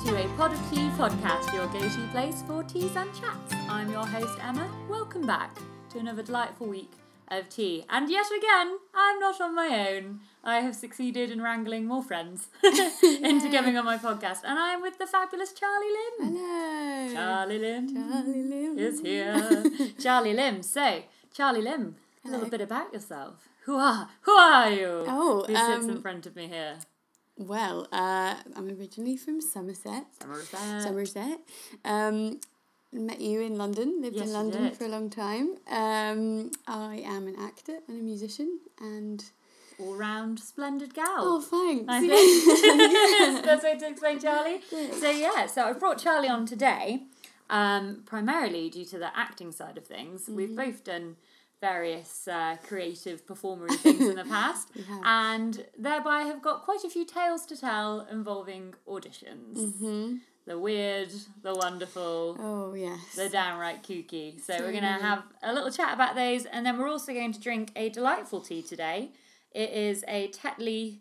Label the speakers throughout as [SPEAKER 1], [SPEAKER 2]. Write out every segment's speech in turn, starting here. [SPEAKER 1] Podically podcast, your go to place for teas and chats. I'm your host, Emma. Welcome back to another delightful week of tea. And yet again, I'm not on my own. I have succeeded in wrangling more friends into coming on my podcast, and I'm with the fabulous Charlie Lim.
[SPEAKER 2] Hello.
[SPEAKER 1] Charlie Lim
[SPEAKER 2] Charlie Lou.
[SPEAKER 1] is here. Charlie Lim. So, Charlie Lim, a little
[SPEAKER 2] Hello.
[SPEAKER 1] bit about yourself. Who are who are you?
[SPEAKER 2] Oh,
[SPEAKER 1] who sits in
[SPEAKER 2] um,
[SPEAKER 1] front of me here?
[SPEAKER 2] Well, uh, I'm originally from Somerset.
[SPEAKER 1] Somerset.
[SPEAKER 2] Somerset. Um, met you in London, lived
[SPEAKER 1] Yes,
[SPEAKER 2] in
[SPEAKER 1] you
[SPEAKER 2] London
[SPEAKER 1] did.
[SPEAKER 2] for a long time. Um, I am an actor and a musician and
[SPEAKER 1] All round splendid gal.
[SPEAKER 2] oh, thanks.
[SPEAKER 1] I think. yes, that's way to explain Charlie. So yeah, so I brought Charlie on today, um, primarily due to the acting side of things.
[SPEAKER 2] Mm-hmm.
[SPEAKER 1] We've both done various uh, creative performery things in the past,
[SPEAKER 2] have.
[SPEAKER 1] and thereby have got quite a few tales to tell involving auditions.
[SPEAKER 2] Mm-hmm.
[SPEAKER 1] The weird, the wonderful,
[SPEAKER 2] oh, yes.
[SPEAKER 1] the downright kooky. So we're gonna have a little chat about those, and then we're also going to drink a delightful tea today. It is a Tetley,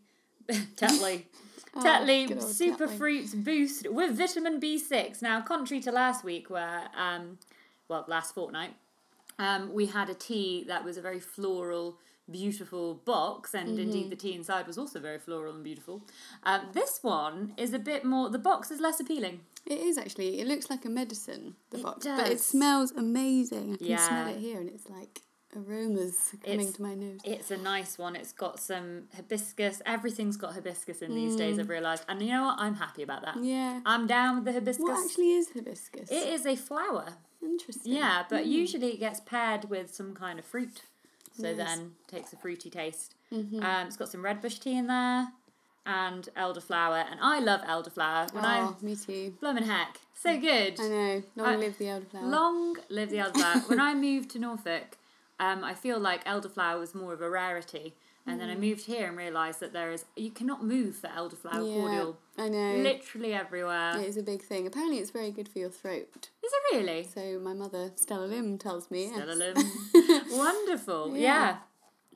[SPEAKER 1] Tetley,
[SPEAKER 2] Oh, good
[SPEAKER 1] Tetley
[SPEAKER 2] old
[SPEAKER 1] Super
[SPEAKER 2] Tetley.
[SPEAKER 1] Fruits Boost with vitamin B six. Now, contrary to last week, where um, well, last fortnight, um, we had a tea that was a very floral, beautiful box, and
[SPEAKER 2] Mm-hmm.
[SPEAKER 1] indeed the tea inside was also very floral and beautiful. Um, this one is a bit more. The box is less appealing.
[SPEAKER 2] It is actually. It looks like a medicine, the box, but it
[SPEAKER 1] does.
[SPEAKER 2] smells amazing. I can
[SPEAKER 1] Yeah.
[SPEAKER 2] smell it here and it's like aromas coming
[SPEAKER 1] It's-
[SPEAKER 2] to my nose.
[SPEAKER 1] It's a nice one. It's got some hibiscus. Everything's got hibiscus in these days, I've realised. And you know what? I'm happy about that.
[SPEAKER 2] Mm. yeah.
[SPEAKER 1] I'm down with the hibiscus.
[SPEAKER 2] What actually is hibiscus?
[SPEAKER 1] it is a flower.
[SPEAKER 2] Interesting.
[SPEAKER 1] Yeah, but
[SPEAKER 2] Mm.
[SPEAKER 1] usually it gets paired with some kind of fruit. So
[SPEAKER 2] Nice.
[SPEAKER 1] then takes a fruity taste.
[SPEAKER 2] Mm-hmm.
[SPEAKER 1] Um, it's got some red bush tea in there and elderflower. And I love elderflower. When
[SPEAKER 2] Oh,
[SPEAKER 1] I'm
[SPEAKER 2] me too.
[SPEAKER 1] bloomin' heck. So good.
[SPEAKER 2] I know. Long
[SPEAKER 1] I-
[SPEAKER 2] live the elderflower.
[SPEAKER 1] Long live the elderflower. when I moved to Norfolk, um, I feel like elderflower was more of a rarity. And
[SPEAKER 2] Mm.
[SPEAKER 1] then I moved here and realised that there is, you cannot move for elderflower cordial.
[SPEAKER 2] I know.
[SPEAKER 1] Literally everywhere.
[SPEAKER 2] it is a big thing. Apparently, it's very good for your throat.
[SPEAKER 1] Is it really?
[SPEAKER 2] So my mother, Stella Lim, tells me. yes.
[SPEAKER 1] Celalum. Wonderful. Yeah.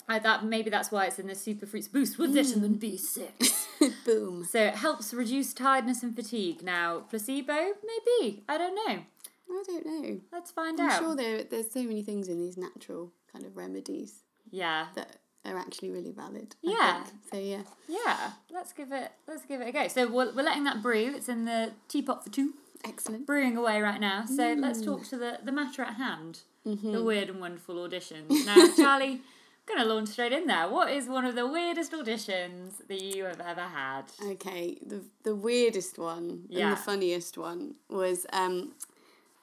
[SPEAKER 1] I thought maybe that's why it's in the super fruits boost with vitamin
[SPEAKER 2] Mm.
[SPEAKER 1] B6.
[SPEAKER 2] Boom.
[SPEAKER 1] So it helps reduce tiredness and fatigue. Now, placebo? Maybe. I don't know.
[SPEAKER 2] I don't know.
[SPEAKER 1] Let's find
[SPEAKER 2] I'm
[SPEAKER 1] out.
[SPEAKER 2] sure there there's so many things in these natural kind of remedies
[SPEAKER 1] yeah.
[SPEAKER 2] that are actually really valid. I
[SPEAKER 1] Yeah.
[SPEAKER 2] think. So yeah.
[SPEAKER 1] Yeah, let's give it let's give it a go. So we're, we're letting that brew. It's in the teapot for two,
[SPEAKER 2] Excellent.
[SPEAKER 1] brewing away right now. So let's talk
[SPEAKER 2] Mm.
[SPEAKER 1] to the the matter at hand,
[SPEAKER 2] Mm-hmm.
[SPEAKER 1] the weird and wonderful auditions. Now, Charlie, I'm gonna launch straight in there. What is one of the weirdest auditions that you have ever had?
[SPEAKER 2] Okay. The the weirdest one and
[SPEAKER 1] Yeah.
[SPEAKER 2] the funniest one was um,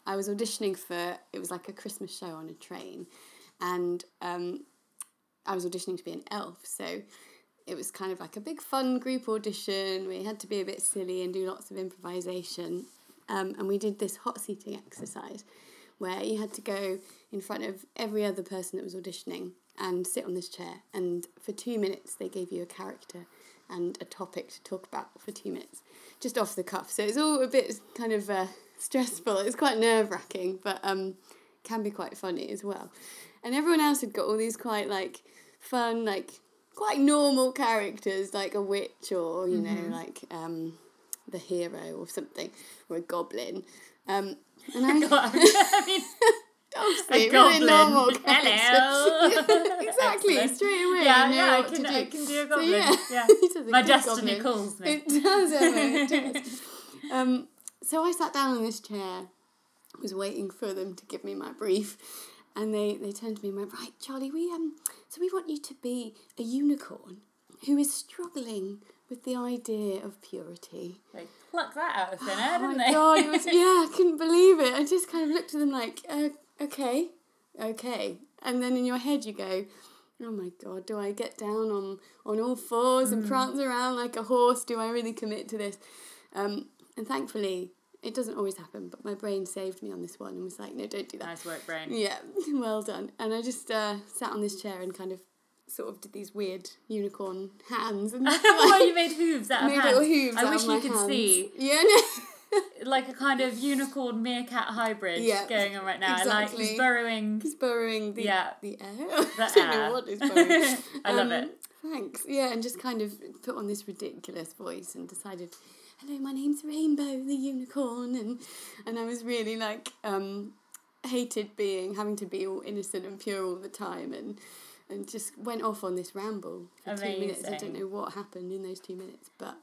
[SPEAKER 2] I was auditioning for it was like a Christmas show on a train, and um, I was auditioning to be an elf, so it was kind of like a big fun group audition. We had to be a bit silly and do lots of improvisation, um, and we did this hot seating exercise where you had to go in front of every other person that was auditioning and sit on this chair, and for two minutes they gave you a character and a topic to talk about for two minutes, just off the cuff. So it's all a bit kind of uh, stressful. It's quite nerve wracking, but um, can be quite funny as well. And everyone else had got all these quite like fun, like quite normal characters, like a witch or you
[SPEAKER 1] Mm-hmm.
[SPEAKER 2] know, like um, the hero or something, or a goblin. Um, and I
[SPEAKER 1] I mean,
[SPEAKER 2] obviously
[SPEAKER 1] a
[SPEAKER 2] really
[SPEAKER 1] goblin.
[SPEAKER 2] normal.
[SPEAKER 1] Hello.
[SPEAKER 2] exactly,
[SPEAKER 1] Excellent.
[SPEAKER 2] straight away.
[SPEAKER 1] Yeah,
[SPEAKER 2] you know
[SPEAKER 1] yeah, I
[SPEAKER 2] what to
[SPEAKER 1] can, I
[SPEAKER 2] do.
[SPEAKER 1] can do a
[SPEAKER 2] So,
[SPEAKER 1] goblin.
[SPEAKER 2] yeah.
[SPEAKER 1] yeah.
[SPEAKER 2] He does a
[SPEAKER 1] My
[SPEAKER 2] good
[SPEAKER 1] destiny
[SPEAKER 2] goblin.
[SPEAKER 1] calls me.
[SPEAKER 2] It does, Emma. It does. um, so I sat down on this chair, was waiting for them to give me my brief, and they, they turned to me and went, Right, Charlie, we um so we want you to be a unicorn who is struggling with the idea of purity.
[SPEAKER 1] They plucked that out of thin air,
[SPEAKER 2] Oh
[SPEAKER 1] didn't
[SPEAKER 2] my
[SPEAKER 1] they?
[SPEAKER 2] god, it was yeah, I couldn't believe it. I just kind of looked at them like, uh, okay, okay, and then in your head you go, oh my god, do I get down on on all fours
[SPEAKER 1] Hmm.
[SPEAKER 2] and prance around like a horse? Do I really commit to this? Um, and thankfully, it doesn't always happen, but my brain saved me on this one and was like, no, don't do that.
[SPEAKER 1] Nice work, brain.
[SPEAKER 2] Yeah, well done. And I just uh, sat on this chair and kind of sort of did these weird unicorn hands and
[SPEAKER 1] well, you made hooves out of
[SPEAKER 2] made
[SPEAKER 1] hands.
[SPEAKER 2] little hooves.
[SPEAKER 1] I
[SPEAKER 2] out
[SPEAKER 1] wish
[SPEAKER 2] of
[SPEAKER 1] you
[SPEAKER 2] my
[SPEAKER 1] could
[SPEAKER 2] hands.
[SPEAKER 1] see
[SPEAKER 2] Yeah. No.
[SPEAKER 1] like a kind of unicorn meerkat hybrid
[SPEAKER 2] Yeah,
[SPEAKER 1] going on right now. Like he's
[SPEAKER 2] exactly.
[SPEAKER 1] burrowing.
[SPEAKER 2] He's borrowing the
[SPEAKER 1] Yeah.
[SPEAKER 2] the air. I
[SPEAKER 1] The
[SPEAKER 2] don't
[SPEAKER 1] air.
[SPEAKER 2] know what he's borrowing.
[SPEAKER 1] I love
[SPEAKER 2] Um,
[SPEAKER 1] it.
[SPEAKER 2] Thanks. Yeah, and just kind of put on this ridiculous voice and decided hello, my name's Rainbow the Unicorn, and and I was really like um, hated being having to be all innocent and pure all the time, and and just went off on this ramble for two minutes. I don't
[SPEAKER 1] Amazing.
[SPEAKER 2] know what happened in those two minutes, but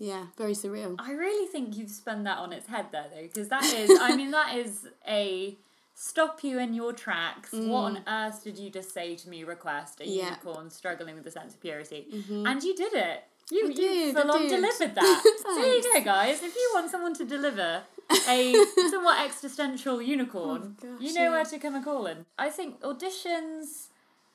[SPEAKER 2] yeah, very surreal.
[SPEAKER 1] I really think you've spun that on its head there, though, because that is, I mean, that is a stop you in your tracks. What on earth did you just say to me? Request a
[SPEAKER 2] Mm. Yeah.
[SPEAKER 1] unicorn struggling with a sense of purity, and you did it. You, you
[SPEAKER 2] did, I
[SPEAKER 1] full on
[SPEAKER 2] did.
[SPEAKER 1] delivered that. so there you go,
[SPEAKER 2] Thanks.
[SPEAKER 1] guys. If you want someone to deliver a somewhat existential unicorn,
[SPEAKER 2] Oh, gosh,
[SPEAKER 1] you know where
[SPEAKER 2] yeah.
[SPEAKER 1] to come a calling. I think auditions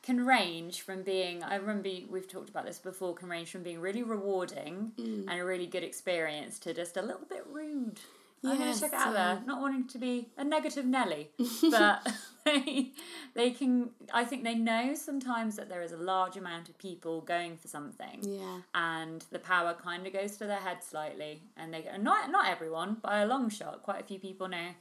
[SPEAKER 1] can range from being I remember we've talked about this before can range from being really rewarding
[SPEAKER 2] Mm.
[SPEAKER 1] and a really good experience to just a little bit rude. I'm gonna
[SPEAKER 2] Yes,
[SPEAKER 1] check it out
[SPEAKER 2] yeah.
[SPEAKER 1] there. Not wanting to be a negative Nelly, but they they can. I think they know sometimes that there is a large amount of people going for something,
[SPEAKER 2] Yeah,
[SPEAKER 1] and the power kind of goes to their head slightly, and they go. Not not everyone by a long shot. Quite a few people know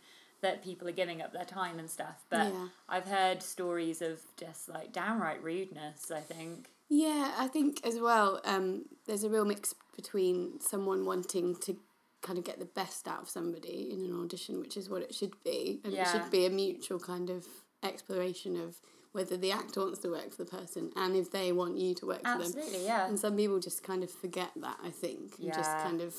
[SPEAKER 1] that people are giving up their time and stuff, but
[SPEAKER 2] Yeah.
[SPEAKER 1] I've heard stories of just like downright rudeness. I think.
[SPEAKER 2] yeah. I think as well, um, there's a real mix between someone wanting to kind of get the best out of somebody in an audition, which is what it should be, and it
[SPEAKER 1] Yeah.
[SPEAKER 2] should be a mutual kind of exploration of whether the actor wants to work for the person and if they want you to work for them.
[SPEAKER 1] Absolutely, yeah.
[SPEAKER 2] And some people just kind of forget that, I think. And just
[SPEAKER 1] Yeah.
[SPEAKER 2] kind of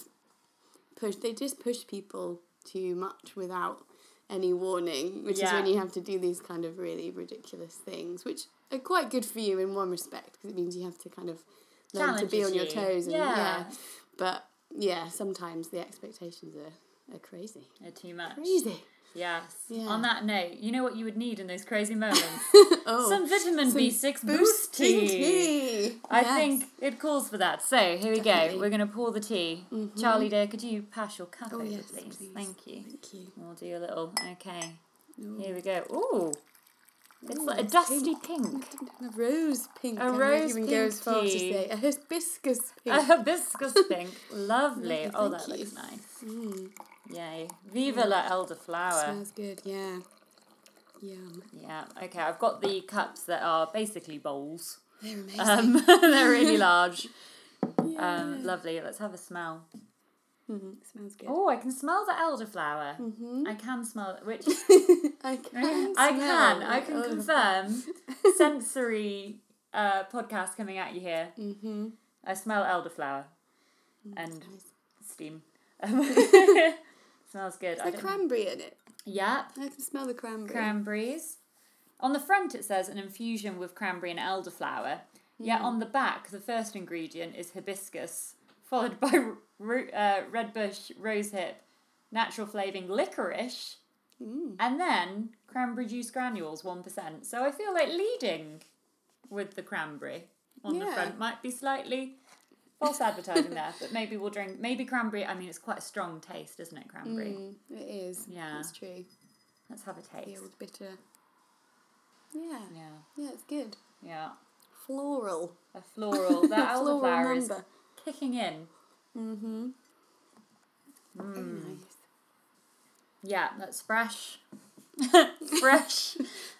[SPEAKER 2] push they just push people too much without any warning, which is
[SPEAKER 1] Yeah.
[SPEAKER 2] when you have to do these kind of really ridiculous things, which are quite good for you in one respect because it means you have to kind of learn to be
[SPEAKER 1] Challenges
[SPEAKER 2] on your
[SPEAKER 1] you.
[SPEAKER 2] toes and
[SPEAKER 1] Yeah.
[SPEAKER 2] yeah. But yeah, sometimes the expectations are, are crazy.
[SPEAKER 1] They're too much.
[SPEAKER 2] Crazy.
[SPEAKER 1] Yes.
[SPEAKER 2] Yeah.
[SPEAKER 1] On that note, you know what you would need in those crazy moments?
[SPEAKER 2] Oh.
[SPEAKER 1] Some vitamin
[SPEAKER 2] some
[SPEAKER 1] B6 boost
[SPEAKER 2] boosting
[SPEAKER 1] tea.
[SPEAKER 2] tea.
[SPEAKER 1] I
[SPEAKER 2] Yes.
[SPEAKER 1] think it calls for that. So here we go.
[SPEAKER 2] Definitely. Mm-hmm. Oh,
[SPEAKER 1] We're going to pour the tea. Charlie, dear, could you pass your cup over,
[SPEAKER 2] yes,
[SPEAKER 1] please?
[SPEAKER 2] please.
[SPEAKER 1] Thank you.
[SPEAKER 2] Thank you.
[SPEAKER 1] We'll do a little. Okay.
[SPEAKER 2] Ooh.
[SPEAKER 1] Here we go. Ooh. It's
[SPEAKER 2] Ooh,
[SPEAKER 1] like a
[SPEAKER 2] it's
[SPEAKER 1] dusty pink.
[SPEAKER 2] A rose pink.
[SPEAKER 1] A
[SPEAKER 2] I might
[SPEAKER 1] rose
[SPEAKER 2] even
[SPEAKER 1] pink
[SPEAKER 2] go as far as to
[SPEAKER 1] tea.
[SPEAKER 2] say a hibiscus pink.
[SPEAKER 1] A hibiscus pink. Lovely.
[SPEAKER 2] Lovely,
[SPEAKER 1] Oh,
[SPEAKER 2] thank
[SPEAKER 1] that
[SPEAKER 2] you.
[SPEAKER 1] looks nice. Yay. Viva la elderflower.
[SPEAKER 2] Smells good. Yeah. Yum.
[SPEAKER 1] Yeah. Okay. I've got the cups that are basically bowls.
[SPEAKER 2] They're amazing.
[SPEAKER 1] Um, they're really large.
[SPEAKER 2] yeah.
[SPEAKER 1] Um, lovely. Let's have a smell.
[SPEAKER 2] Mhm, Smells good.
[SPEAKER 1] Oh, I can smell the elderflower. I can smell it, which
[SPEAKER 2] Mm-hmm. I can.
[SPEAKER 1] Mm-hmm. I
[SPEAKER 2] smell Oh.
[SPEAKER 1] can. I
[SPEAKER 2] the
[SPEAKER 1] can
[SPEAKER 2] oil.
[SPEAKER 1] confirm. sensory uh, podcast coming at you here. Mm-hmm. I smell elderflower and
[SPEAKER 2] nice.
[SPEAKER 1] steam. Smells good. I
[SPEAKER 2] The
[SPEAKER 1] don't-
[SPEAKER 2] cranberry in it.
[SPEAKER 1] Yep.
[SPEAKER 2] I can smell the cranberry.
[SPEAKER 1] cranberries. On the front, it says an infusion with cranberry and elderflower. Yet
[SPEAKER 2] Hmm.
[SPEAKER 1] on the back, the first ingredient is hibiscus, followed by r- ro- uh, red bush, rosehip, natural flavouring licorice,
[SPEAKER 2] Hmm.
[SPEAKER 1] and then cranberry juice granules, 1%. So I feel like leading with the cranberry on the
[SPEAKER 2] Yeah.
[SPEAKER 1] front might be slightly false advertising there, but maybe we'll drink, maybe cranberry, I mean, it's quite a strong taste, isn't it, cranberry?
[SPEAKER 2] Mm, it is.
[SPEAKER 1] Yeah.
[SPEAKER 2] That's true.
[SPEAKER 1] Let's have a
[SPEAKER 2] The
[SPEAKER 1] taste.
[SPEAKER 2] old bitter. Yeah.
[SPEAKER 1] Yeah,
[SPEAKER 2] Yeah, it's good.
[SPEAKER 1] yeah.
[SPEAKER 2] Floral.
[SPEAKER 1] A floral. That
[SPEAKER 2] Floral
[SPEAKER 1] elderflower is
[SPEAKER 2] number.
[SPEAKER 1] kicking in. Mm.
[SPEAKER 2] Very nice.
[SPEAKER 1] Yeah, that's fresh. fresh.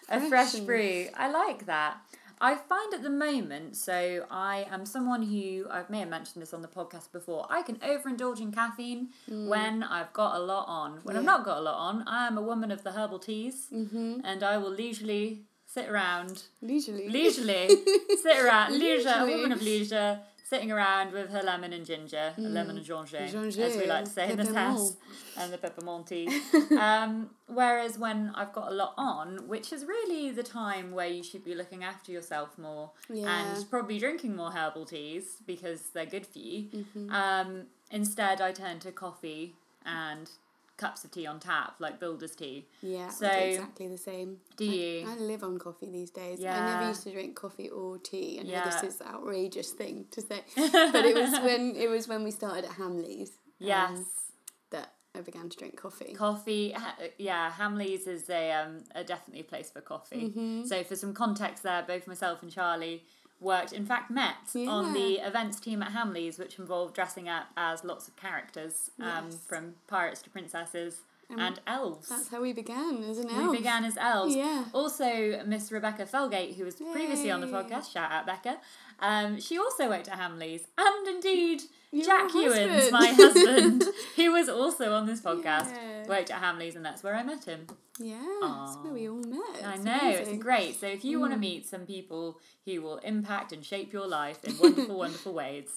[SPEAKER 1] A fresh brew. I like that. I find at the moment, so I am someone who, I may have mentioned this on the podcast before, I can overindulge in caffeine when I've got a lot on. When I've
[SPEAKER 2] Mm. Yeah. Mm-hmm.
[SPEAKER 1] not got a lot on, I am a woman of the herbal teas and I will leisurely sit around
[SPEAKER 2] Leisurely.
[SPEAKER 1] leisurely sit around leisure a
[SPEAKER 2] Leisurely. Hmm.
[SPEAKER 1] woman of leisure sitting around with her lemon and ginger a lemon and ginger
[SPEAKER 2] Ginger,
[SPEAKER 1] as we like to say in this house and the peppermint tea. um, whereas when I've got a lot on which is really the time where you should be looking after yourself more
[SPEAKER 2] Yeah.
[SPEAKER 1] and probably drinking more herbal teas because they're good for you
[SPEAKER 2] Mm-hmm.
[SPEAKER 1] um, instead I turn to coffee and cups of tea on tap like builder's tea
[SPEAKER 2] Yeah,
[SPEAKER 1] So-
[SPEAKER 2] so exactly the same.
[SPEAKER 1] do you
[SPEAKER 2] I live on coffee these days. I
[SPEAKER 1] Yeah.
[SPEAKER 2] never used to drink coffee or tea. I know
[SPEAKER 1] Yeah.
[SPEAKER 2] this is an outrageous thing to say, but it was when it was when we started at Hamley's
[SPEAKER 1] yes
[SPEAKER 2] that I began to drink coffee.
[SPEAKER 1] Coffee, ha- yeah, Hamley's is a, um, a definitely a place for coffee.
[SPEAKER 2] Mm-hmm.
[SPEAKER 1] So for some context there, both myself and Charlie worked, in fact met, on the events team at Hamley's, which involved dressing up as lots of characters um,
[SPEAKER 2] Yes.
[SPEAKER 1] from pirates to princesses and elves.
[SPEAKER 2] That's how we began, isn't it?
[SPEAKER 1] We began as elves.
[SPEAKER 2] Yeah.
[SPEAKER 1] Also, Miss Rebecca Felgate, who was previously on the
[SPEAKER 2] Yay.
[SPEAKER 1] podcast, shout out Becca. Um, she also worked at Hamleys, and indeed
[SPEAKER 2] Your
[SPEAKER 1] Jack Ewans,
[SPEAKER 2] husband.
[SPEAKER 1] my husband, who was also on this podcast,
[SPEAKER 2] Yeah.
[SPEAKER 1] worked at Hamleys, and that's where I met him.
[SPEAKER 2] Yeah, that's
[SPEAKER 1] Aw.
[SPEAKER 2] where we all met.
[SPEAKER 1] I
[SPEAKER 2] It's
[SPEAKER 1] know
[SPEAKER 2] amazing. Mm.
[SPEAKER 1] it's great. So if you want to meet some people who will impact and shape your life in wonderful, wonderful ways,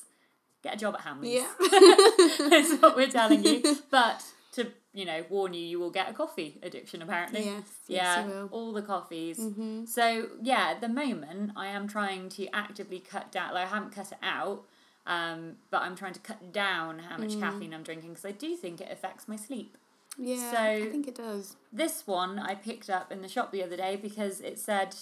[SPEAKER 1] get a job at Hamleys.
[SPEAKER 2] Yeah.
[SPEAKER 1] That's what we're telling you. But to you know, warn you, you will get a coffee addiction apparently.
[SPEAKER 2] Yes, yes,
[SPEAKER 1] yeah,
[SPEAKER 2] you will.
[SPEAKER 1] all the coffees. So yeah, at the moment I am trying to actively cut down. Like I haven't cut it out, um, but I'm trying to cut down how much caffeine I'm drinking because I do think it affects my sleep.
[SPEAKER 2] Yeah,
[SPEAKER 1] So-
[SPEAKER 2] I think it does.
[SPEAKER 1] This one I picked up in the shop the other day because it said,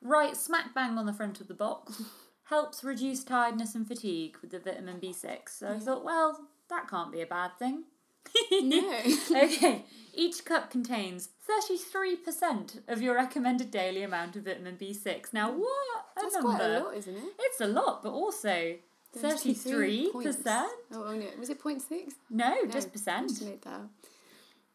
[SPEAKER 1] right smack bang on the front of the box, helps reduce tiredness and fatigue with the vitamin B6. So I thought, well, that can't be a bad thing.
[SPEAKER 2] No.
[SPEAKER 1] okay, each cup contains 33% of your recommended daily amount of vitamin B6. Now, what a
[SPEAKER 2] That's
[SPEAKER 1] number!
[SPEAKER 2] quite a lot, isn't it?
[SPEAKER 1] It's a lot, but also 33%?
[SPEAKER 2] 33 points. Oh, oh, no. Was it point six?
[SPEAKER 1] No,
[SPEAKER 2] No,
[SPEAKER 1] just
[SPEAKER 2] I
[SPEAKER 1] percent.
[SPEAKER 2] just made that up.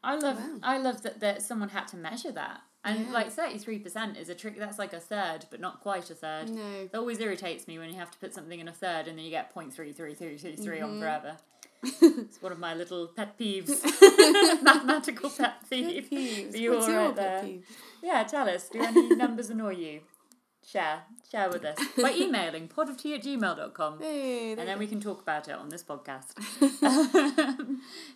[SPEAKER 1] I love
[SPEAKER 2] Wow.
[SPEAKER 1] I love that, that someone had to measure that. And
[SPEAKER 2] Yeah.
[SPEAKER 1] like thirty three percent is a trick that's like a third, but not quite a third.
[SPEAKER 2] No.
[SPEAKER 1] It always irritates me when you have to put something in a third and then you get 0.33333
[SPEAKER 2] Mm-hmm.
[SPEAKER 1] on forever. it's one of my little pet peeves. Mathematical pet peeve.
[SPEAKER 2] Peeves.
[SPEAKER 1] Are you
[SPEAKER 2] What's
[SPEAKER 1] all
[SPEAKER 2] your
[SPEAKER 1] right
[SPEAKER 2] pet
[SPEAKER 1] there?
[SPEAKER 2] peeve?
[SPEAKER 1] Yeah, tell us. Do any numbers annoy you? Share. Share with us. By emailing podoftea at gmail.com
[SPEAKER 2] Hey,
[SPEAKER 1] and
[SPEAKER 2] there
[SPEAKER 1] then
[SPEAKER 2] you
[SPEAKER 1] we can talk about it on this podcast.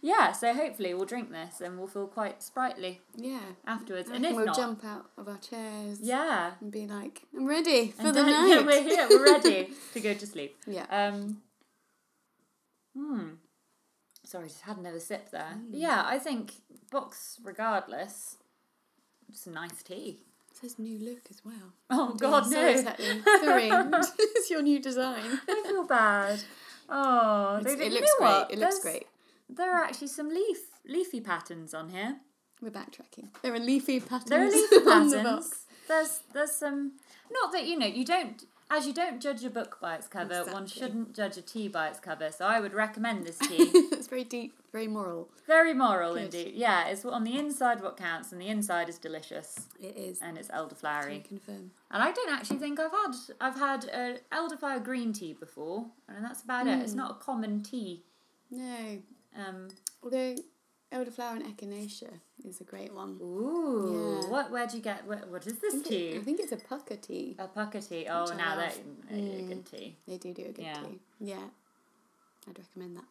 [SPEAKER 1] yeah, so hopefully we'll drink this and we'll feel quite sprightly
[SPEAKER 2] go. yeah.
[SPEAKER 1] afterwards.
[SPEAKER 2] I
[SPEAKER 1] And
[SPEAKER 2] reckon
[SPEAKER 1] if
[SPEAKER 2] we'll
[SPEAKER 1] not,
[SPEAKER 2] jump out of our chairs
[SPEAKER 1] yeah,
[SPEAKER 2] and be like, I'm ready
[SPEAKER 1] And
[SPEAKER 2] for the
[SPEAKER 1] then-
[SPEAKER 2] night.
[SPEAKER 1] yeah, we're here, we're ready to go to sleep.
[SPEAKER 2] Yeah.
[SPEAKER 1] Um, hmm. Sorry, just had another sip there. But yeah, I think box regardless, it's a nice tea.
[SPEAKER 2] It says new look as well.
[SPEAKER 1] Oh God,
[SPEAKER 2] Sorry,
[SPEAKER 1] no!
[SPEAKER 2] Sally. Sorry. it's your new design.
[SPEAKER 1] I feel bad. Oh, they
[SPEAKER 2] It's-
[SPEAKER 1] did-
[SPEAKER 2] it
[SPEAKER 1] you
[SPEAKER 2] looks
[SPEAKER 1] know
[SPEAKER 2] great.
[SPEAKER 1] what?
[SPEAKER 2] It looks
[SPEAKER 1] There's-
[SPEAKER 2] great.
[SPEAKER 1] There are actually some leaf leafy patterns on here.
[SPEAKER 2] We're backtracking. There are leafy patterns
[SPEAKER 1] There are leafy
[SPEAKER 2] on
[SPEAKER 1] patterns.
[SPEAKER 2] Mm. the box.
[SPEAKER 1] There's there's some not that you know you don't as you don't judge a book by its cover, one
[SPEAKER 2] Exactly.
[SPEAKER 1] shouldn't judge a tea by its cover. So I would recommend this tea.
[SPEAKER 2] it's very deep, very moral.
[SPEAKER 1] Very moral
[SPEAKER 2] Good.
[SPEAKER 1] indeed. Yeah, it's on the inside what counts, and the inside is delicious,
[SPEAKER 2] It is.
[SPEAKER 1] and it's
[SPEAKER 2] I
[SPEAKER 1] elderflowery.
[SPEAKER 2] confirm.
[SPEAKER 1] And I don't actually think I've had I've had a elderflower green tea before, and that's about it.
[SPEAKER 2] Mm.
[SPEAKER 1] It's not a common tea.
[SPEAKER 2] No.
[SPEAKER 1] Um,
[SPEAKER 2] Although elderflower and echinacea is a great one.
[SPEAKER 1] ooh,
[SPEAKER 2] Yeah.
[SPEAKER 1] what? Where do you get? What, what is
[SPEAKER 2] I
[SPEAKER 1] this
[SPEAKER 2] think, it- I
[SPEAKER 1] tea?
[SPEAKER 2] think it's a pucker tea.
[SPEAKER 1] Alpaca tea. Oh,
[SPEAKER 2] Which I
[SPEAKER 1] now that
[SPEAKER 2] love.
[SPEAKER 1] a good tea.
[SPEAKER 2] They do do a good
[SPEAKER 1] Yeah.
[SPEAKER 2] tea. Yeah. I'd recommend that.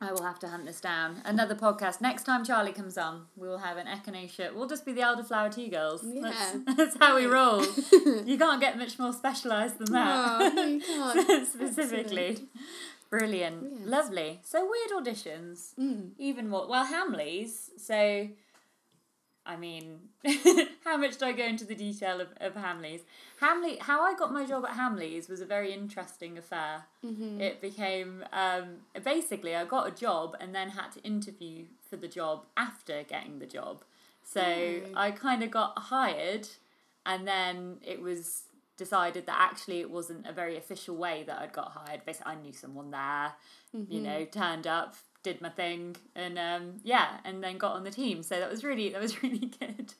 [SPEAKER 1] I will have to hunt this down. Another podcast. Next time Charlie comes on, we will have an echinacea. We'll just be the elderflower tea girls. That's,
[SPEAKER 2] Yeah.
[SPEAKER 1] that's how we roll. you can't get much more specialised than
[SPEAKER 2] Oh,
[SPEAKER 1] that.
[SPEAKER 2] no, you can't.
[SPEAKER 1] Specifically. Brilliant.
[SPEAKER 2] Yes.
[SPEAKER 1] Lovely. So weird auditions.
[SPEAKER 2] Mm,
[SPEAKER 1] Even more. Well, Hamleys. So, I mean, how much do I go into the detail of, of Hamleys? Hamley, how I got my job at Hamleys was a very interesting affair.
[SPEAKER 2] mm-hmm.
[SPEAKER 1] It became um, basically I got a job and then had to interview for the job after getting the job. So I kind of got hired, and then it was decided that actually it wasn't a very official way that I'd got hired. Basically, I knew someone there, you know, turned up, did my thing, and um, yeah, and then got on the team. So that was really that was really good.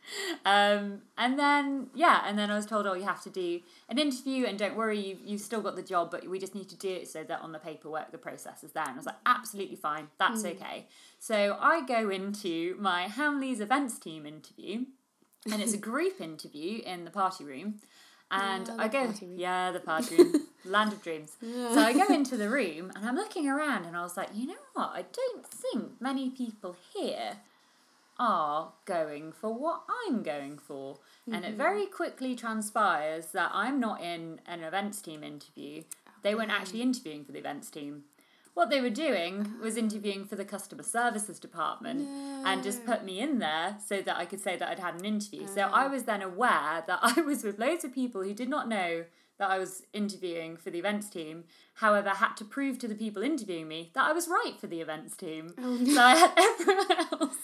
[SPEAKER 1] Um, and then yeah, and then I was told, oh, you have to do an interview, and don't worry, you you've still got the job, but we just need to do it so that on the paperwork the process is there. And I was like, absolutely fine, that's okay. So I go into my Hamley's events team interview and it's a group interview in the party room. And
[SPEAKER 2] Ah,
[SPEAKER 1] I
[SPEAKER 2] the
[SPEAKER 1] go,
[SPEAKER 2] party room.
[SPEAKER 1] yeah, the party room, land of dreams. So I go into the room and I'm looking around and I was like, you know what? I don't think many people here are going for what I'm going for. And
[SPEAKER 2] Mm-hmm.
[SPEAKER 1] it very quickly transpires that I'm not in an events team interview. They weren't actually interviewing for the events team. What they were doing was
[SPEAKER 2] Uh-huh.
[SPEAKER 1] interviewing for the customer services department and just put me in there so that I could say that I'd had an interview. So I was then aware that I was with loads of people who did not know that I was interviewing for the events team. However, had to prove to the people interviewing me that I was right for the events team. So I had everyone else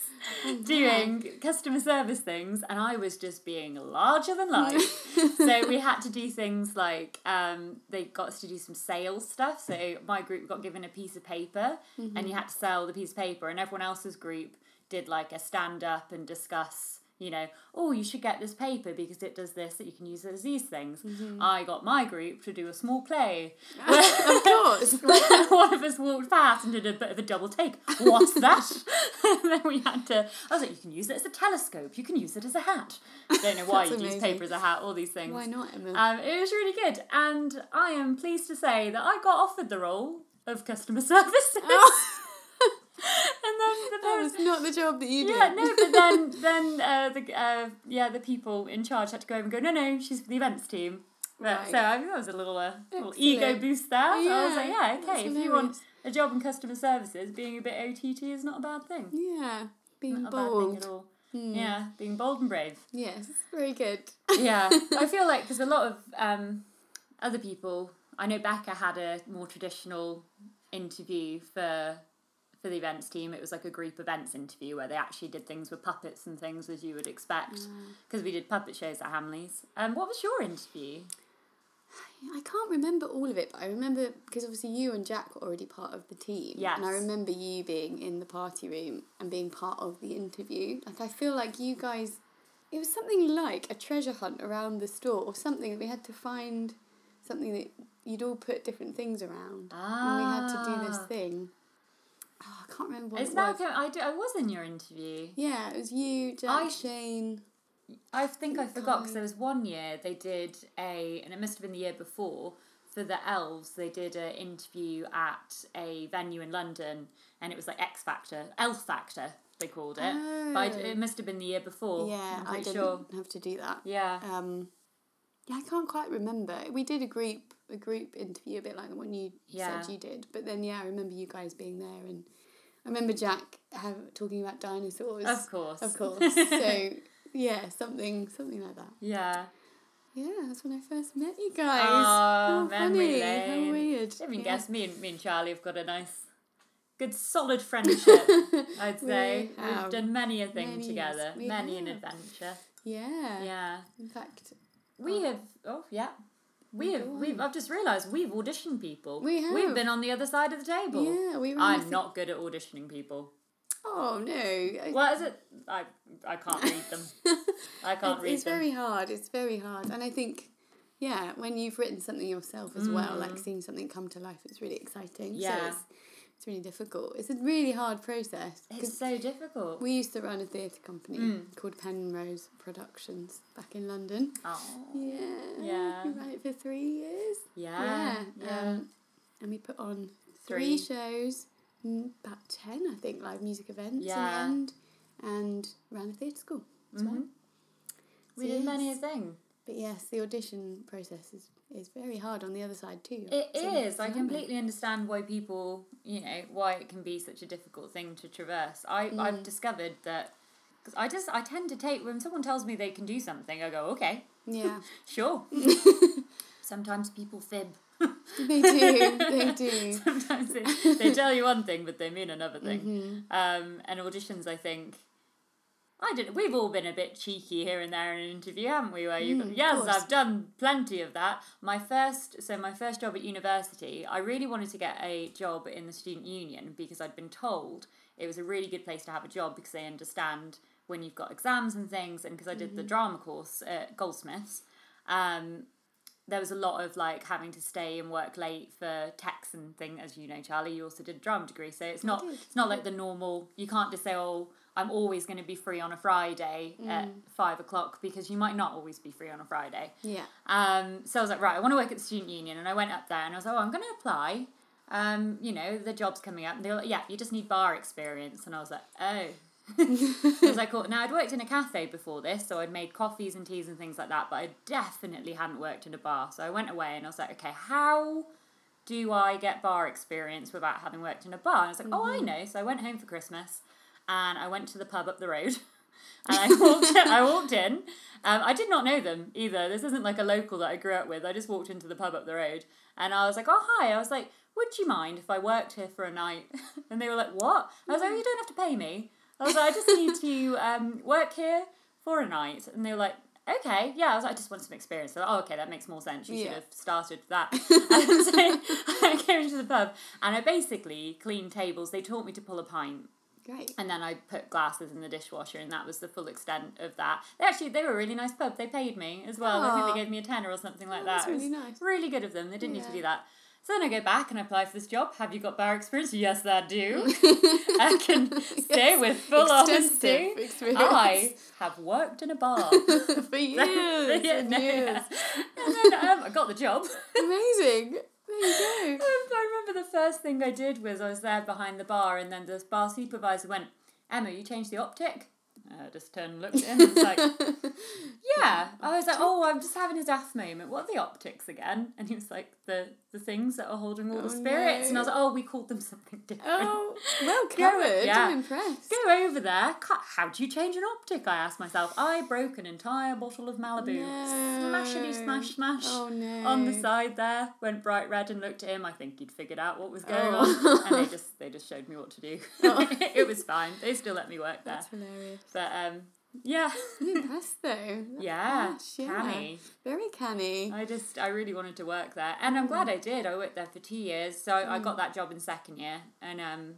[SPEAKER 1] doing customer service things, and I was just being larger than life. so we had to do things like um, they got us to do some sales stuff. So my group got given a piece of paper, and you had to sell the piece of paper, and everyone else's group did like a stand up and discuss you know, oh, you should get this paper because it does this, that you can use it as these things. I got my group to do a small play.
[SPEAKER 2] of course.
[SPEAKER 1] One of us walked past and did a bit of a double take. What's that? and then we had to, I was like, you can use it as a telescope, you can use it as a hat. Don't know why
[SPEAKER 2] That's
[SPEAKER 1] you'd use
[SPEAKER 2] amazing.
[SPEAKER 1] paper as a hat, all these things.
[SPEAKER 2] Why not, Emma?
[SPEAKER 1] Um, it was really good, and I am pleased to say that I got offered the role of customer services. and then the
[SPEAKER 2] Oh, that
[SPEAKER 1] person
[SPEAKER 2] was not the job that you did.
[SPEAKER 1] yeah, no, but then then uh, the uh, yeah the people in charge had to go over and go, no, no, she's for the events team. But,
[SPEAKER 2] Right.
[SPEAKER 1] So I think that was a little, uh, little
[SPEAKER 2] Excellent.
[SPEAKER 1] ego boost there. So I was like,
[SPEAKER 2] Yeah,
[SPEAKER 1] yeah,
[SPEAKER 2] that's
[SPEAKER 1] okay, if you want
[SPEAKER 2] hilarious.
[SPEAKER 1] a job in customer services, being a bit OTT is not a bad thing.
[SPEAKER 2] Yeah, being
[SPEAKER 1] Not a bad thing
[SPEAKER 2] bold. Hmm.
[SPEAKER 1] at all. Yeah, being bold and brave.
[SPEAKER 2] Yes, very good.
[SPEAKER 1] Yeah, I feel like because a lot of um, other people, I know Becca had a more traditional interview for for the events team. It was like a group events interview where they actually did things with puppets and things as you would expect
[SPEAKER 2] Hmm.
[SPEAKER 1] because we did puppet shows at Hamleys. Um, what was your interview?
[SPEAKER 2] I can't remember all of it, but I remember because obviously you and Jack were already part of the team.
[SPEAKER 1] Yes.
[SPEAKER 2] And I remember you being in the party room and being part of the interview. Like, I feel like you guys, it was something like a treasure hunt around the store or something. We had to find something that you'd all put different things around. And we had to do this
[SPEAKER 1] Ah.
[SPEAKER 2] thing. Oh, I can't remember what
[SPEAKER 1] It's
[SPEAKER 2] it
[SPEAKER 1] now
[SPEAKER 2] was.
[SPEAKER 1] co- I, do, I was in your interview.
[SPEAKER 2] Yeah, it was you, Jack,
[SPEAKER 1] I-
[SPEAKER 2] Shane.
[SPEAKER 1] I think I forgot because
[SPEAKER 2] I-
[SPEAKER 1] there was one year they did a, and it must have been the year before for the elves. They did an interview at a venue in London, and it was like X Factor, Elf Factor they called it. But I d-
[SPEAKER 2] Oh.
[SPEAKER 1] it must have been the year before.
[SPEAKER 2] Yeah,
[SPEAKER 1] I'm
[SPEAKER 2] I
[SPEAKER 1] pretty
[SPEAKER 2] didn't
[SPEAKER 1] Oh, sure.
[SPEAKER 2] have to do that.
[SPEAKER 1] Yeah,
[SPEAKER 2] um yeah i can't quite remember we did a group a group interview a bit like the one you
[SPEAKER 1] Yeah.
[SPEAKER 2] said you did but then yeah i remember you guys being there and i remember jack have, talking about dinosaurs
[SPEAKER 1] of course.
[SPEAKER 2] of course so yeah something something like that
[SPEAKER 1] yeah,
[SPEAKER 2] yeah that's when i first met you guys
[SPEAKER 1] Ah, memory
[SPEAKER 2] how
[SPEAKER 1] lane.
[SPEAKER 2] weird
[SPEAKER 1] I mean,
[SPEAKER 2] Yeah.
[SPEAKER 1] guess me and me and Charlie have got a nice, good, solid friendship. I'd
[SPEAKER 2] We
[SPEAKER 1] say we have
[SPEAKER 2] have.
[SPEAKER 1] done many a thing
[SPEAKER 2] Many years.
[SPEAKER 1] together,
[SPEAKER 2] We
[SPEAKER 1] many an
[SPEAKER 2] have.
[SPEAKER 1] adventure.
[SPEAKER 2] yeah
[SPEAKER 1] Yeah.
[SPEAKER 2] in fact
[SPEAKER 1] We have. Oh yeah. We have.
[SPEAKER 2] Go on.
[SPEAKER 1] We've. I've just realised we've auditioned people.
[SPEAKER 2] We
[SPEAKER 1] We've
[SPEAKER 2] have.
[SPEAKER 1] been on the other side of the table.
[SPEAKER 2] yeah we were
[SPEAKER 1] I'm
[SPEAKER 2] missing-
[SPEAKER 1] not good at auditioning people.
[SPEAKER 2] oh no I-
[SPEAKER 1] Well, is it? I I can't read them. I can't
[SPEAKER 2] It's-
[SPEAKER 1] read
[SPEAKER 2] it's
[SPEAKER 1] them.
[SPEAKER 2] very hard it's very hard and i think yeah when you've written something yourself as well like seeing something come to life it's really exciting so
[SPEAKER 1] Mm. Yeah.
[SPEAKER 2] it's, it's really difficult it's a really hard process
[SPEAKER 1] It's Mm.
[SPEAKER 2] because
[SPEAKER 1] so difficult.
[SPEAKER 2] we used to run a theatre company called penrose productions back in london
[SPEAKER 1] oh.
[SPEAKER 2] yeah
[SPEAKER 1] Yeah.
[SPEAKER 2] we ran it for three years
[SPEAKER 1] Yeah. Yeah.
[SPEAKER 2] um, and we put on three,
[SPEAKER 1] Three.
[SPEAKER 2] shows mm, about 10 i think live music events
[SPEAKER 1] Yeah.
[SPEAKER 2] in the end and ran a theatre school as well.
[SPEAKER 1] Mhm. we did
[SPEAKER 2] yes.
[SPEAKER 1] many a thing.
[SPEAKER 2] But yes, the audition process is, is very hard on the other side too.
[SPEAKER 1] It
[SPEAKER 2] So
[SPEAKER 1] is.
[SPEAKER 2] it's
[SPEAKER 1] I
[SPEAKER 2] a nightmare.
[SPEAKER 1] completely understand why people, you know, why it can be such a difficult thing to traverse. I
[SPEAKER 2] Mm.
[SPEAKER 1] I've discovered that because I just I tend to take when someone tells me they can do something, I go okay,
[SPEAKER 2] Yeah,
[SPEAKER 1] sure. Sometimes people fib.
[SPEAKER 2] they do. They do.
[SPEAKER 1] Sometimes they, they tell you one thing, but they mean another thing.
[SPEAKER 2] Mm-hmm.
[SPEAKER 1] Um, and auditions, I think. I did. We've all been a bit cheeky here and there in an interview, haven't we? Where you, go,
[SPEAKER 2] Mm, of
[SPEAKER 1] yes,
[SPEAKER 2] course.
[SPEAKER 1] I've done plenty of that. My first, so my first job at university, I really wanted to get a job in the student union because I'd been told it was a really good place to have a job because they understand when you've got exams and things. And because I did the
[SPEAKER 2] Mm-hmm.
[SPEAKER 1] drama course at Goldsmiths, um, there was a lot of like having to stay and work late for texts and thing as you know charlie you also did a drama degree so it's not
[SPEAKER 2] did.
[SPEAKER 1] it's not like the normal you can't just say oh i'm always going to be free on a friday at five o'clock because you might not always be free on a friday
[SPEAKER 2] Yeah.
[SPEAKER 1] um, so I was like, right, I want to work at the student union, and I went up there and I was like, oh, I'm going to apply. Um, you know, the job's coming up. And they were like, yeah, you just need bar experience, and I was like, oh. I was like, cool. Now I'd worked in a cafe before this, so I'd made coffees and teas and things like that, but I definitely hadn't worked in a bar. So I went away and I was like, okay, how do I get bar experience without having worked in a bar? And I was like, oh, I know. So I went home for Christmas, and I went to the pub up the road. and I walked. I walked in. Um, I did not know them either. This isn't like a local that I grew up with. I just walked into the pub up the road, and I was like, "Oh hi!" I was like, "Would you mind if I worked here for a night?" And they were like, "What?" I was like, "Oh, "You don't have to pay me." I was like, "I just need to um, work here for a night," and they were like. Okay, yeah, I was like, I just want some experience. They're like, oh, okay, that makes more sense. You should
[SPEAKER 2] Yeah.
[SPEAKER 1] have started with that. and so I came into the pub and I basically cleaned tables. They taught me to pull a pint
[SPEAKER 2] Great.
[SPEAKER 1] and then I put glasses in the dishwasher, and that was the full extent of that. They actually they were a really nice pub. They paid me as well. I think
[SPEAKER 2] Aw.
[SPEAKER 1] they gave me a tenner or something like
[SPEAKER 2] Oh,
[SPEAKER 1] that.
[SPEAKER 2] that's
[SPEAKER 1] It was
[SPEAKER 2] really nice.
[SPEAKER 1] Really good of them. They didn't need to
[SPEAKER 2] Yeah.
[SPEAKER 1] do that. So then I go back and I apply for this job. Have you got bar experience? Yes, I do. I can say
[SPEAKER 2] Yes.
[SPEAKER 1] with full
[SPEAKER 2] Extensive
[SPEAKER 1] honesty,
[SPEAKER 2] experience.
[SPEAKER 1] I have worked in a bar.
[SPEAKER 2] for years.
[SPEAKER 1] Yeah,
[SPEAKER 2] and
[SPEAKER 1] no,
[SPEAKER 2] years.
[SPEAKER 1] yeah. And then um, I got the job.
[SPEAKER 2] Amazing. There you go.
[SPEAKER 1] Um, I remember the first thing I did was I was there behind the bar, and then the bar supervisor went, "Emma, you changed the optic." I just turned and looked at him. and was like, "Yeah." I was like, "Oh, I'm just having a daft moment. What are the optics again?" And he was like, "The the things that are holding all the
[SPEAKER 2] Oh,
[SPEAKER 1] spirits." And I
[SPEAKER 2] no.
[SPEAKER 1] was like, "Oh, we called them something different."
[SPEAKER 2] Oh, well
[SPEAKER 1] Go-
[SPEAKER 2] covered.
[SPEAKER 1] yeah.
[SPEAKER 2] I'm impressed.
[SPEAKER 1] Go over there. Ca- How do you change an optic? I asked myself. I broke an entire bottle of Malibu. Smashity
[SPEAKER 2] No.
[SPEAKER 1] smash smash
[SPEAKER 2] Oh no.
[SPEAKER 1] on the side there went bright red and looked at him i think he'd figured out what was going
[SPEAKER 2] Oh.
[SPEAKER 1] on and they just they just showed me what to do
[SPEAKER 2] Oh.
[SPEAKER 1] it was fine they still let me work there
[SPEAKER 2] That's hilarious.
[SPEAKER 1] but um yeah
[SPEAKER 2] I'm impressed though.
[SPEAKER 1] yeah
[SPEAKER 2] Gosh, Oh, yeah.
[SPEAKER 1] canny
[SPEAKER 2] Very canny.
[SPEAKER 1] i just i really wanted to work there and i'm
[SPEAKER 2] Mm.
[SPEAKER 1] glad i did i worked there for two years so i got that job in second year and um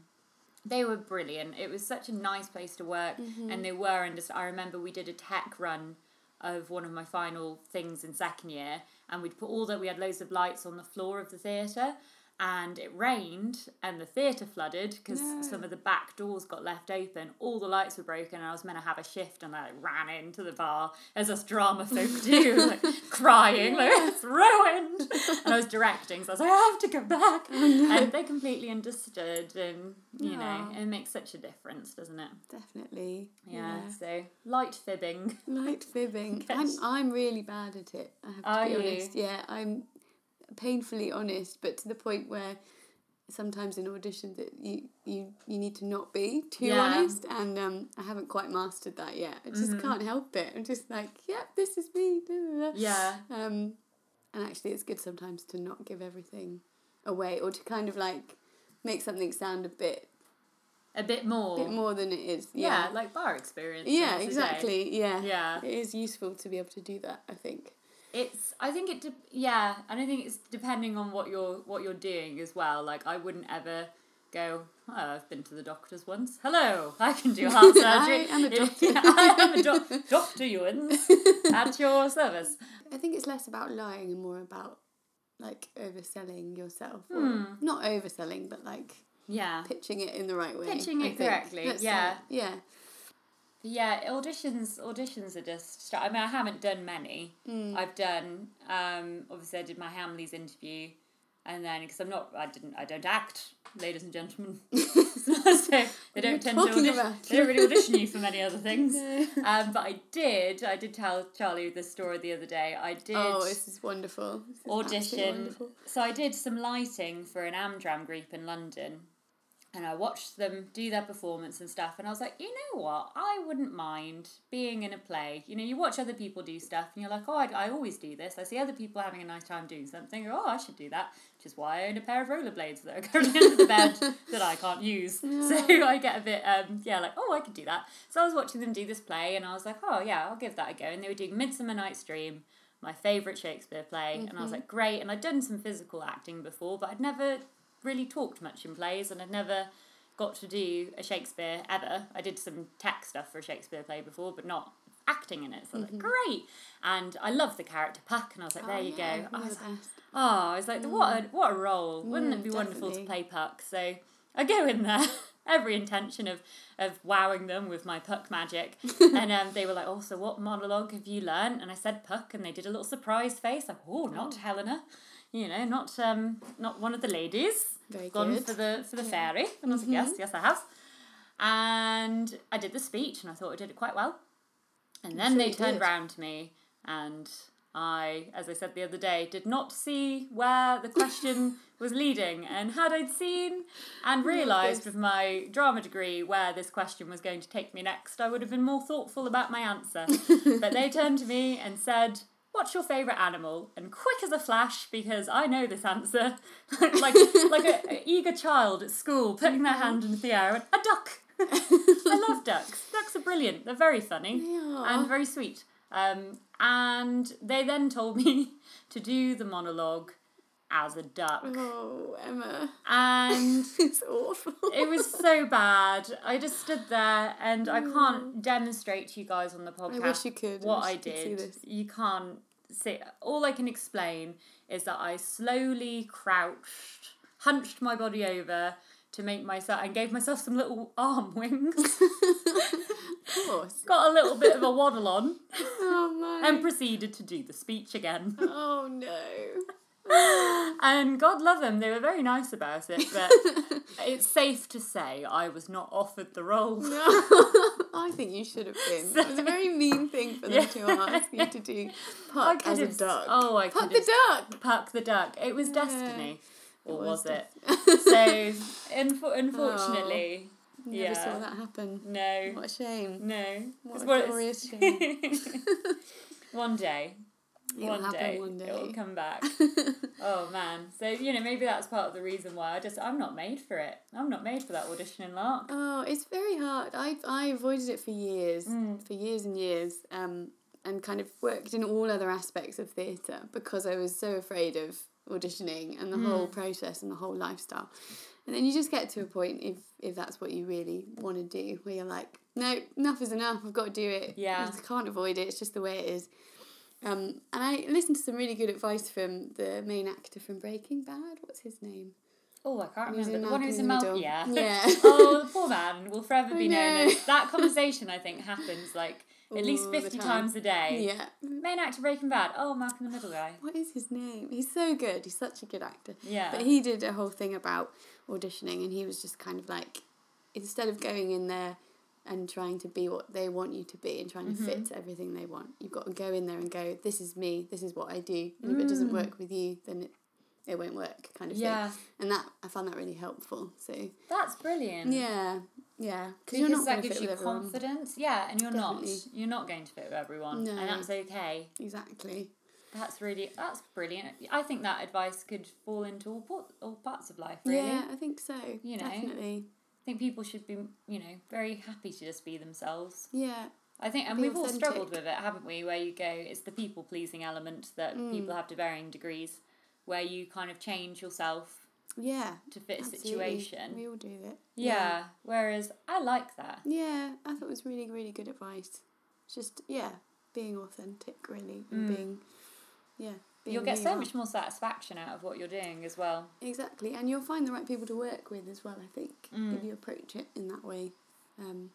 [SPEAKER 1] they were brilliant it was such a nice place to work and they were and just i remember we did a tech run of one of my final things in second year and we'd put all that we had loads of lights on the floor of the theatre and it rained and the theatre flooded because
[SPEAKER 2] No.
[SPEAKER 1] some of the back doors got left open all the lights were broken and i was meant to have a shift and i ran into the bar as us drama folk do like, crying like it's ruined and i was directing so i was like i have to go back and they completely understood and you know
[SPEAKER 2] Aw.
[SPEAKER 1] it makes such a difference doesn't it
[SPEAKER 2] Definitely.
[SPEAKER 1] yeah, so light fibbing
[SPEAKER 2] Light fibbing. I'm,
[SPEAKER 1] Yes.
[SPEAKER 2] I'm really bad at it. I have to
[SPEAKER 1] Are
[SPEAKER 2] be
[SPEAKER 1] you?
[SPEAKER 2] honest. Yeah, I'm painfully honest, but to the point where sometimes in auditions it, you, you you need to not be too
[SPEAKER 1] Yeah. Mm-hmm.
[SPEAKER 2] honest, and um, I haven't quite mastered that yet. I just can't help it. I'm just like, yep, this is me. da, da, da."
[SPEAKER 1] Yeah.
[SPEAKER 2] Um, and actually, it's good sometimes to not give everything away, or to kind of like make something sound a bit
[SPEAKER 1] a bit more,
[SPEAKER 2] bit more than it is.
[SPEAKER 1] Yeah.
[SPEAKER 2] Yeah.
[SPEAKER 1] like bar experience
[SPEAKER 2] Yeah,
[SPEAKER 1] today.
[SPEAKER 2] exactly. Yeah.
[SPEAKER 1] Yeah.
[SPEAKER 2] It is useful to be able to do that, I think.
[SPEAKER 1] it's i think it de- yeah and i think it's depending on what you're what you're doing as well like i wouldn't ever go oh, i've been to the doctors once hello i can do heart surgery
[SPEAKER 2] I am a doctor.
[SPEAKER 1] Yeah, i am a doc- doctor Ewans at your service
[SPEAKER 2] I think it's less about lying and more about like overselling yourself. Or
[SPEAKER 1] Hmm.
[SPEAKER 2] Not overselling, but like
[SPEAKER 1] yeah
[SPEAKER 2] pitching it in the right way.
[SPEAKER 1] Pitching
[SPEAKER 2] I
[SPEAKER 1] it
[SPEAKER 2] think.
[SPEAKER 1] correctly,
[SPEAKER 2] That's
[SPEAKER 1] yeah.
[SPEAKER 2] it, Yeah.
[SPEAKER 1] Yeah, auditions. Auditions are just. str- I mean, I haven't done many.
[SPEAKER 2] Mm.
[SPEAKER 1] I've done. Um, obviously, I did my Hamleys interview, and then because I'm not, I didn't, I don't act, ladies and gentlemen. so they
[SPEAKER 2] you
[SPEAKER 1] don't tend to
[SPEAKER 2] talking
[SPEAKER 1] audition.
[SPEAKER 2] about?
[SPEAKER 1] They don't really audition you for many other things.
[SPEAKER 2] No.
[SPEAKER 1] Um, but I did. I did tell Charlie this story the other day. I did
[SPEAKER 2] Oh, this is wonderful. This is absolutely
[SPEAKER 1] audition.
[SPEAKER 2] wonderful.
[SPEAKER 1] So I did some lighting for an Amdram group in London, and I watched them do their performance and stuff. And I was like, you know what? I wouldn't mind being in a play. You know, you watch other people do stuff, and you're like, oh, I, I always do this. I see other people having a nice time doing something. Or, oh, I should do that. Which is why I own a pair of rollerblades that are currently under the bed that I can't use. So I get a bit, um, yeah, like, oh, I could do that. So I was watching them do this play, and I was like, oh, yeah, I'll give that a go. And they were doing Midsummer Night's Dream my favourite Shakespeare play. And I was like, great. And I'd done some physical acting before, but I'd never really talked much in plays and I'd never got to do a Shakespeare ever. I did some tech stuff for a Shakespeare play before, but not acting in it. So I was like, great. And I love the character Puck. And I was like, there
[SPEAKER 2] Mm-hmm.
[SPEAKER 1] you
[SPEAKER 2] Oh, yeah,
[SPEAKER 1] go.
[SPEAKER 2] you're
[SPEAKER 1] I
[SPEAKER 2] the
[SPEAKER 1] was like,
[SPEAKER 2] best.
[SPEAKER 1] Oh, it's like, what, a, what a role. Wouldn't
[SPEAKER 2] Mm,
[SPEAKER 1] it be wonderful to
[SPEAKER 2] definitely.
[SPEAKER 1] play Puck? So I go in there, every intention of, of wowing them with my Puck magic. and um, they were like, oh, so what monologue have you learnt? And I said Puck, and they did a little surprise face, like, oh, not Helena. You know, not um, not one of the ladies.
[SPEAKER 2] Very
[SPEAKER 1] Gone
[SPEAKER 2] good. Mm-hmm.
[SPEAKER 1] for the for the fairy, and I was like, yes, yes, I have. And I did the speech, and I thought I did it quite well. And then
[SPEAKER 2] sure
[SPEAKER 1] they
[SPEAKER 2] you
[SPEAKER 1] turned
[SPEAKER 2] did.
[SPEAKER 1] round to me, and I, as I said the other day, did not see where the question was leading. And had I seen and realised with my drama degree where this question was going to take me next, I would have been more thoughtful about my answer. but they turned to me and said, What's your favourite animal? And quick as a flash, because I know this answer, like like an eager child at school putting their hand into the air, and a duck. I love ducks. Ducks are brilliant. They're very funny
[SPEAKER 2] They are.
[SPEAKER 1] and very sweet. Um, and they then told me to do the monologue as a duck.
[SPEAKER 2] Oh, Emma.
[SPEAKER 1] And
[SPEAKER 2] It's awful.
[SPEAKER 1] it was so bad. I just stood there and I can't demonstrate to you guys on the podcast
[SPEAKER 2] wish you could. I
[SPEAKER 1] what
[SPEAKER 2] wish
[SPEAKER 1] I
[SPEAKER 2] you could see
[SPEAKER 1] did.
[SPEAKER 2] this.
[SPEAKER 1] You can't see. All I can explain is that I slowly crouched, hunched my body over to make myself, and gave myself some little arm wings.
[SPEAKER 2] of course.
[SPEAKER 1] Got a little bit of a waddle on
[SPEAKER 2] Oh, no.
[SPEAKER 1] and proceeded to do the speech again.
[SPEAKER 2] oh, no.
[SPEAKER 1] And God love them, they were very nice about it, but it's safe to say I was not offered the role.
[SPEAKER 2] No, I think you should have been. It was a very mean thing for them to ask you to do puck as a
[SPEAKER 1] could've s-
[SPEAKER 2] duck.
[SPEAKER 1] Oh, I could
[SPEAKER 2] puck the
[SPEAKER 1] have
[SPEAKER 2] duck.
[SPEAKER 1] Puck the duck. It was destiny, or was,
[SPEAKER 2] was
[SPEAKER 1] it? so, infor- unfortunately,
[SPEAKER 2] Oh, Never
[SPEAKER 1] yeah,
[SPEAKER 2] saw that happen.
[SPEAKER 1] no,
[SPEAKER 2] What a shame.
[SPEAKER 1] no.
[SPEAKER 2] What
[SPEAKER 1] It's
[SPEAKER 2] a
[SPEAKER 1] what it's-
[SPEAKER 2] glorious shame.
[SPEAKER 1] one day,
[SPEAKER 2] It'll
[SPEAKER 1] one
[SPEAKER 2] happen
[SPEAKER 1] day,
[SPEAKER 2] one day.
[SPEAKER 1] it'll come back. oh man, so you know maybe that's part of the reason why I just I'm not made for it. I'm not made for that audition in Lark.
[SPEAKER 2] Oh, it's very hard. I I avoided it for years, for years and years, um, and kind of worked in all other aspects of theatre because I was so afraid of auditioning and the whole process and the whole lifestyle. And then you just get to a point if if that's what you really want to do, where you're like, no, enough is enough. I've got to do it.
[SPEAKER 1] Yeah.
[SPEAKER 2] I just can't avoid it. It's just the way it is. Um, and I listened to some really good advice from the main actor from Breaking Bad. What's his name?
[SPEAKER 1] Oh, I can't
[SPEAKER 2] Who's
[SPEAKER 1] remember
[SPEAKER 2] in
[SPEAKER 1] the one who's in Mal.
[SPEAKER 2] Malcolm in the
[SPEAKER 1] Yeah.
[SPEAKER 2] Middle. Yeah.
[SPEAKER 1] oh, the poor man will forever be
[SPEAKER 2] I
[SPEAKER 1] known
[SPEAKER 2] know.
[SPEAKER 1] as that conversation. I think happens like at least
[SPEAKER 2] All the
[SPEAKER 1] fifty
[SPEAKER 2] time.
[SPEAKER 1] times a day.
[SPEAKER 2] Yeah.
[SPEAKER 1] Main actor Breaking Bad. Oh, Malcolm in the Middle guy.
[SPEAKER 2] What is his name? He's so good. He's such a good actor.
[SPEAKER 1] Yeah.
[SPEAKER 2] But he did a whole thing about auditioning, and he was just kind of like, instead of going in there and trying to be what they want you to be and trying to
[SPEAKER 1] Mm-hmm.
[SPEAKER 2] fit everything they want, you've got to go in there and go, this is me, this is what I do. And if it doesn't work with you, then it, it won't work, kind of
[SPEAKER 1] Mm. Yeah.
[SPEAKER 2] thing. And that I found that really helpful. So
[SPEAKER 1] That's brilliant.
[SPEAKER 2] yeah, yeah, because you're
[SPEAKER 1] Because
[SPEAKER 2] not
[SPEAKER 1] that
[SPEAKER 2] going to
[SPEAKER 1] gives
[SPEAKER 2] fit
[SPEAKER 1] you
[SPEAKER 2] with everyone.
[SPEAKER 1] confidence. Yeah, and you're not.
[SPEAKER 2] Definitely.
[SPEAKER 1] You're not going to fit with everyone,
[SPEAKER 2] No.
[SPEAKER 1] and that's okay.
[SPEAKER 2] Exactly.
[SPEAKER 1] That's really that's brilliant. I think that advice could fall into all por- all parts of life. Really,
[SPEAKER 2] Yeah, I think so.
[SPEAKER 1] You know.
[SPEAKER 2] definitely.
[SPEAKER 1] I think people should be you know very happy to just be themselves.
[SPEAKER 2] Yeah,
[SPEAKER 1] I think, and
[SPEAKER 2] Be
[SPEAKER 1] we've all struggled with
[SPEAKER 2] authentic.
[SPEAKER 1] it, haven't we? Where you go, it's the people pleasing element that
[SPEAKER 2] Mm.
[SPEAKER 1] people have to varying degrees, where you kind of change yourself
[SPEAKER 2] yeah.
[SPEAKER 1] to fit a
[SPEAKER 2] Absolutely.
[SPEAKER 1] situation.
[SPEAKER 2] We all do that.
[SPEAKER 1] yeah. Whereas I like that.
[SPEAKER 2] Yeah, I thought it was really, really good advice. Just yeah, being authentic really and being yeah. Being
[SPEAKER 1] Mm. You'll get
[SPEAKER 2] who
[SPEAKER 1] so
[SPEAKER 2] you
[SPEAKER 1] much more satisfaction out of what you're doing as well.
[SPEAKER 2] are. exactly, and you'll find the right people to work with as well. I think
[SPEAKER 1] Mm.
[SPEAKER 2] if you approach it in that way, um,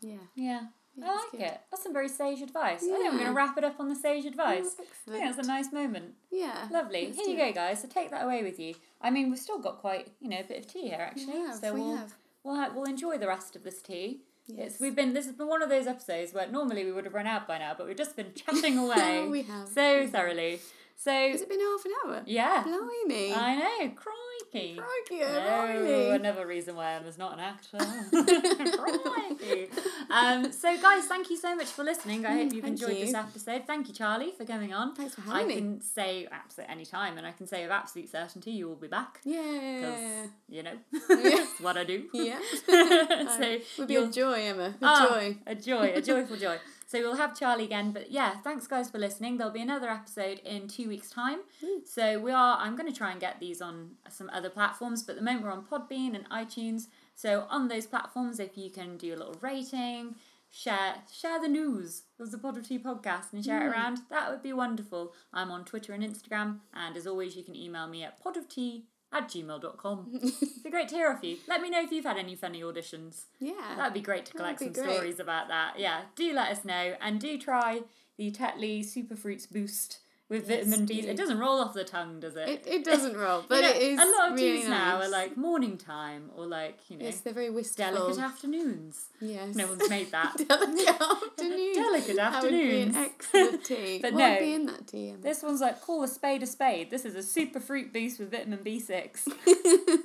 [SPEAKER 2] yeah.
[SPEAKER 1] Yeah.
[SPEAKER 2] Yeah,
[SPEAKER 1] I
[SPEAKER 2] that's
[SPEAKER 1] like
[SPEAKER 2] good.
[SPEAKER 1] it. That's some very sage advice. I think I'm going to
[SPEAKER 2] Yeah.
[SPEAKER 1] wrap it up on the sage advice.
[SPEAKER 2] Oh,
[SPEAKER 1] I think that's a nice moment.
[SPEAKER 2] Yeah,
[SPEAKER 1] Lovely.
[SPEAKER 2] let's
[SPEAKER 1] here
[SPEAKER 2] do
[SPEAKER 1] you
[SPEAKER 2] it.
[SPEAKER 1] go, guys. So take that away with you. I mean, we've still got quite, you know, a bit of tea here actually.
[SPEAKER 2] We have,
[SPEAKER 1] so
[SPEAKER 2] we
[SPEAKER 1] we'll
[SPEAKER 2] have.
[SPEAKER 1] we'll ha- we'll enjoy the rest of this tea. It's
[SPEAKER 2] Yes.
[SPEAKER 1] we've been this has been one of those episodes where normally we would have run out by now, but we've just been chatting away
[SPEAKER 2] We have.
[SPEAKER 1] so thoroughly. So
[SPEAKER 2] Has it been half an hour?
[SPEAKER 1] yeah,
[SPEAKER 2] Blimey.
[SPEAKER 1] I know. Crikey.
[SPEAKER 2] Crikey,
[SPEAKER 1] Oh,
[SPEAKER 2] Emily.
[SPEAKER 1] another reason why Emma's not an actor. Crikey. um, so, guys, thank you so much for listening. I hope you've
[SPEAKER 2] Mm, thank
[SPEAKER 1] enjoyed this
[SPEAKER 2] you.
[SPEAKER 1] episode. Thank you, Charlie, for going on.
[SPEAKER 2] Thanks for
[SPEAKER 1] I
[SPEAKER 2] having me.
[SPEAKER 1] can say absolute any time, and I can say with absolute certainty you will be back. 'cause,
[SPEAKER 2] Yeah.
[SPEAKER 1] you know, it's what I do.
[SPEAKER 2] Yeah.
[SPEAKER 1] so
[SPEAKER 2] Um, Would be
[SPEAKER 1] you'll-
[SPEAKER 2] a joy, Emma. A
[SPEAKER 1] Ah,
[SPEAKER 2] joy.
[SPEAKER 1] A joy, a joyful joy. So we'll have Charlie again, but yeah, thanks guys for listening. There'll be another episode in two weeks' time. So we are. I'm going to try and get these on some other platforms, but at the moment we're on Podbean and iTunes. So on those platforms, if you can do a little rating, share share the news of the Pod of Tea podcast and
[SPEAKER 2] Mm.
[SPEAKER 1] share it around, that would be wonderful. I'm on Twitter and Instagram, and as always, you can email me at podoftea at gmail.com. It'd be great to hear off you. Let me know if you've had any funny auditions.
[SPEAKER 2] Yeah.
[SPEAKER 1] That'd be great to collect some
[SPEAKER 2] That'd be great.
[SPEAKER 1] stories about that. Yeah, do let us know and do try the Tetley Super Fruits Boost with vitamin B.
[SPEAKER 2] do.
[SPEAKER 1] It doesn't roll off the tongue, does it?
[SPEAKER 2] it, it doesn't roll, but
[SPEAKER 1] You know,
[SPEAKER 2] it is
[SPEAKER 1] A lot of
[SPEAKER 2] really
[SPEAKER 1] teas now
[SPEAKER 2] nice.
[SPEAKER 1] are like morning time or like you know
[SPEAKER 2] Yes, they're very wistful.
[SPEAKER 1] delicate afternoons.
[SPEAKER 2] Yes.
[SPEAKER 1] No one's made that.
[SPEAKER 2] Delicate afternoon.
[SPEAKER 1] Delicate
[SPEAKER 2] That would be
[SPEAKER 1] afternoons.
[SPEAKER 2] an excellent tea.
[SPEAKER 1] But
[SPEAKER 2] what would
[SPEAKER 1] no.
[SPEAKER 2] be in that tea? Emma?
[SPEAKER 1] This one's like call a spade a spade. This is a super fruit boost with vitamin B six. and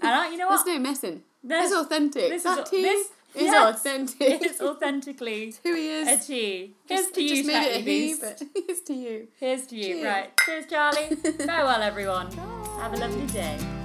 [SPEAKER 1] I, you know
[SPEAKER 2] There's
[SPEAKER 1] what?
[SPEAKER 2] no messing.
[SPEAKER 1] There's-
[SPEAKER 2] It's authentic.
[SPEAKER 1] uh, this is au-
[SPEAKER 2] that tea
[SPEAKER 1] this-
[SPEAKER 2] is
[SPEAKER 1] yes,
[SPEAKER 2] authentic.
[SPEAKER 1] It's authentically
[SPEAKER 2] Who he
[SPEAKER 1] a
[SPEAKER 2] is.
[SPEAKER 1] tea. Here's
[SPEAKER 2] Just-
[SPEAKER 1] to you,
[SPEAKER 2] just made it a
[SPEAKER 1] Tetley
[SPEAKER 2] he,
[SPEAKER 1] Boost.
[SPEAKER 2] but it's to you.
[SPEAKER 1] Here's to you.
[SPEAKER 2] Cheers.
[SPEAKER 1] Right. Cheers, Charlie. Farewell, everyone. Have a lovely day.